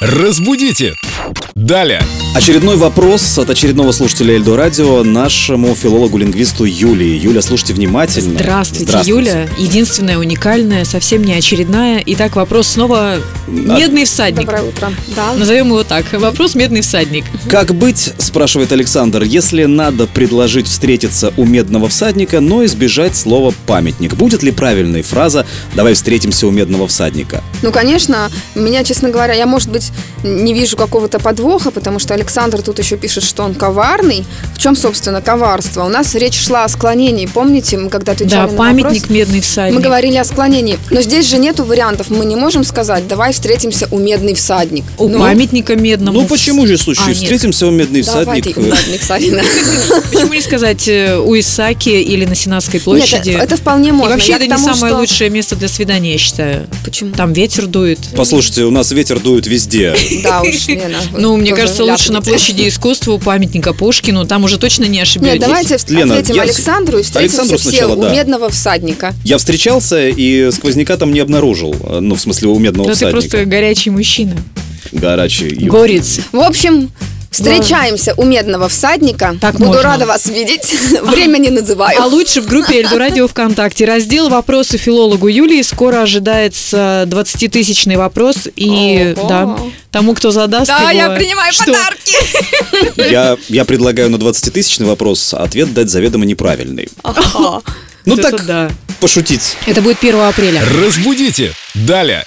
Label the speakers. Speaker 1: Разбудите! Далее!
Speaker 2: Очередной вопрос от очередного слушателя Эльдо Радио нашему филологу-лингвисту Юлии. Юля, слушайте внимательно.
Speaker 3: Здравствуйте, Юля. Единственная, уникальная, совсем не очередная. Итак, вопрос снова
Speaker 2: А
Speaker 3: «Медный всадник».
Speaker 4: Доброе утро. Ну, Да.
Speaker 3: Назовем его так. Вопрос «Медный всадник».
Speaker 2: Как быть, спрашивает Александр, если надо предложить встретиться у медного всадника, но избежать слова «памятник». Будет ли правильная фраза «давай встретимся у медного всадника»?
Speaker 4: Ну, конечно, меня, честно говоря, я, может быть, не вижу какого-то подвоха, потому что Александр тут еще пишет, что он коварный. В чем, собственно, коварство? У нас речь шла о склонении. Помните, мы
Speaker 3: Да,
Speaker 4: когда отвечали на вопрос,
Speaker 3: памятник «Медный всадник».
Speaker 4: мы говорили о склонении. Но здесь же нету вариантов. Мы не можем сказать, давай встретимся у медный всадник.
Speaker 3: У
Speaker 4: Ну,
Speaker 3: памятника медному.
Speaker 2: Ну почему же, слушай,
Speaker 3: А, нет.
Speaker 2: встретимся у медный
Speaker 4: давай
Speaker 2: всадник?
Speaker 4: ты, медный всадник.
Speaker 3: Почему не сказать э, у Исаки или на Сенатской
Speaker 4: Нет,
Speaker 3: площади?
Speaker 4: это вполне
Speaker 3: И
Speaker 4: можно.
Speaker 3: вообще
Speaker 4: Я
Speaker 3: это
Speaker 4: к
Speaker 3: не
Speaker 4: тому,
Speaker 3: самое
Speaker 4: что-
Speaker 3: лучшее место для свидания, я считаю.
Speaker 4: Почему?
Speaker 3: Там ветер дует.
Speaker 2: Послушайте, у нас ветер дует везде.
Speaker 4: Да уж, Лена. вы
Speaker 3: Ну, мне
Speaker 4: тоже
Speaker 3: кажется, лучше на
Speaker 4: ляпните.
Speaker 3: площади искусства у памятника Пушкину. Там уже точно не ошибетесь.
Speaker 4: Нет, давайте вс-
Speaker 2: Лена,
Speaker 4: ответим
Speaker 2: я-
Speaker 4: Александру и встретимся
Speaker 2: Александру
Speaker 4: все
Speaker 2: сначала,
Speaker 4: у
Speaker 2: да.
Speaker 4: медного всадника.
Speaker 2: Я встречался и сквозняка там не обнаружил. Э, Ну, в смысле, у медного
Speaker 3: Да ты
Speaker 2: всадника.
Speaker 3: просто горячий мужчина.
Speaker 2: Горячий. юг.
Speaker 3: Горец.
Speaker 4: В общем, встречаемся у медного всадника.
Speaker 3: Так
Speaker 4: Буду
Speaker 3: можно.
Speaker 4: рада вас видеть. Время не
Speaker 3: А
Speaker 4: называю.
Speaker 3: лучше в группе Эльду Радио ВКонтакте. Раздел «Вопросы филологу Юлии». Скоро ожидается 20-тысячный вопрос. И
Speaker 4: Ого.
Speaker 3: да, тому, кто задаст его,
Speaker 4: Да, я принимаю
Speaker 3: что-
Speaker 4: подарки.
Speaker 2: Я, я предлагаю на 20-тысячный вопрос ответ дать заведомо неправильный.
Speaker 4: Ага.
Speaker 2: Ну
Speaker 3: Вот это
Speaker 2: так,
Speaker 3: да.
Speaker 2: пошутить.
Speaker 3: Это будет 1 апреля.
Speaker 1: Разбудите! Далее!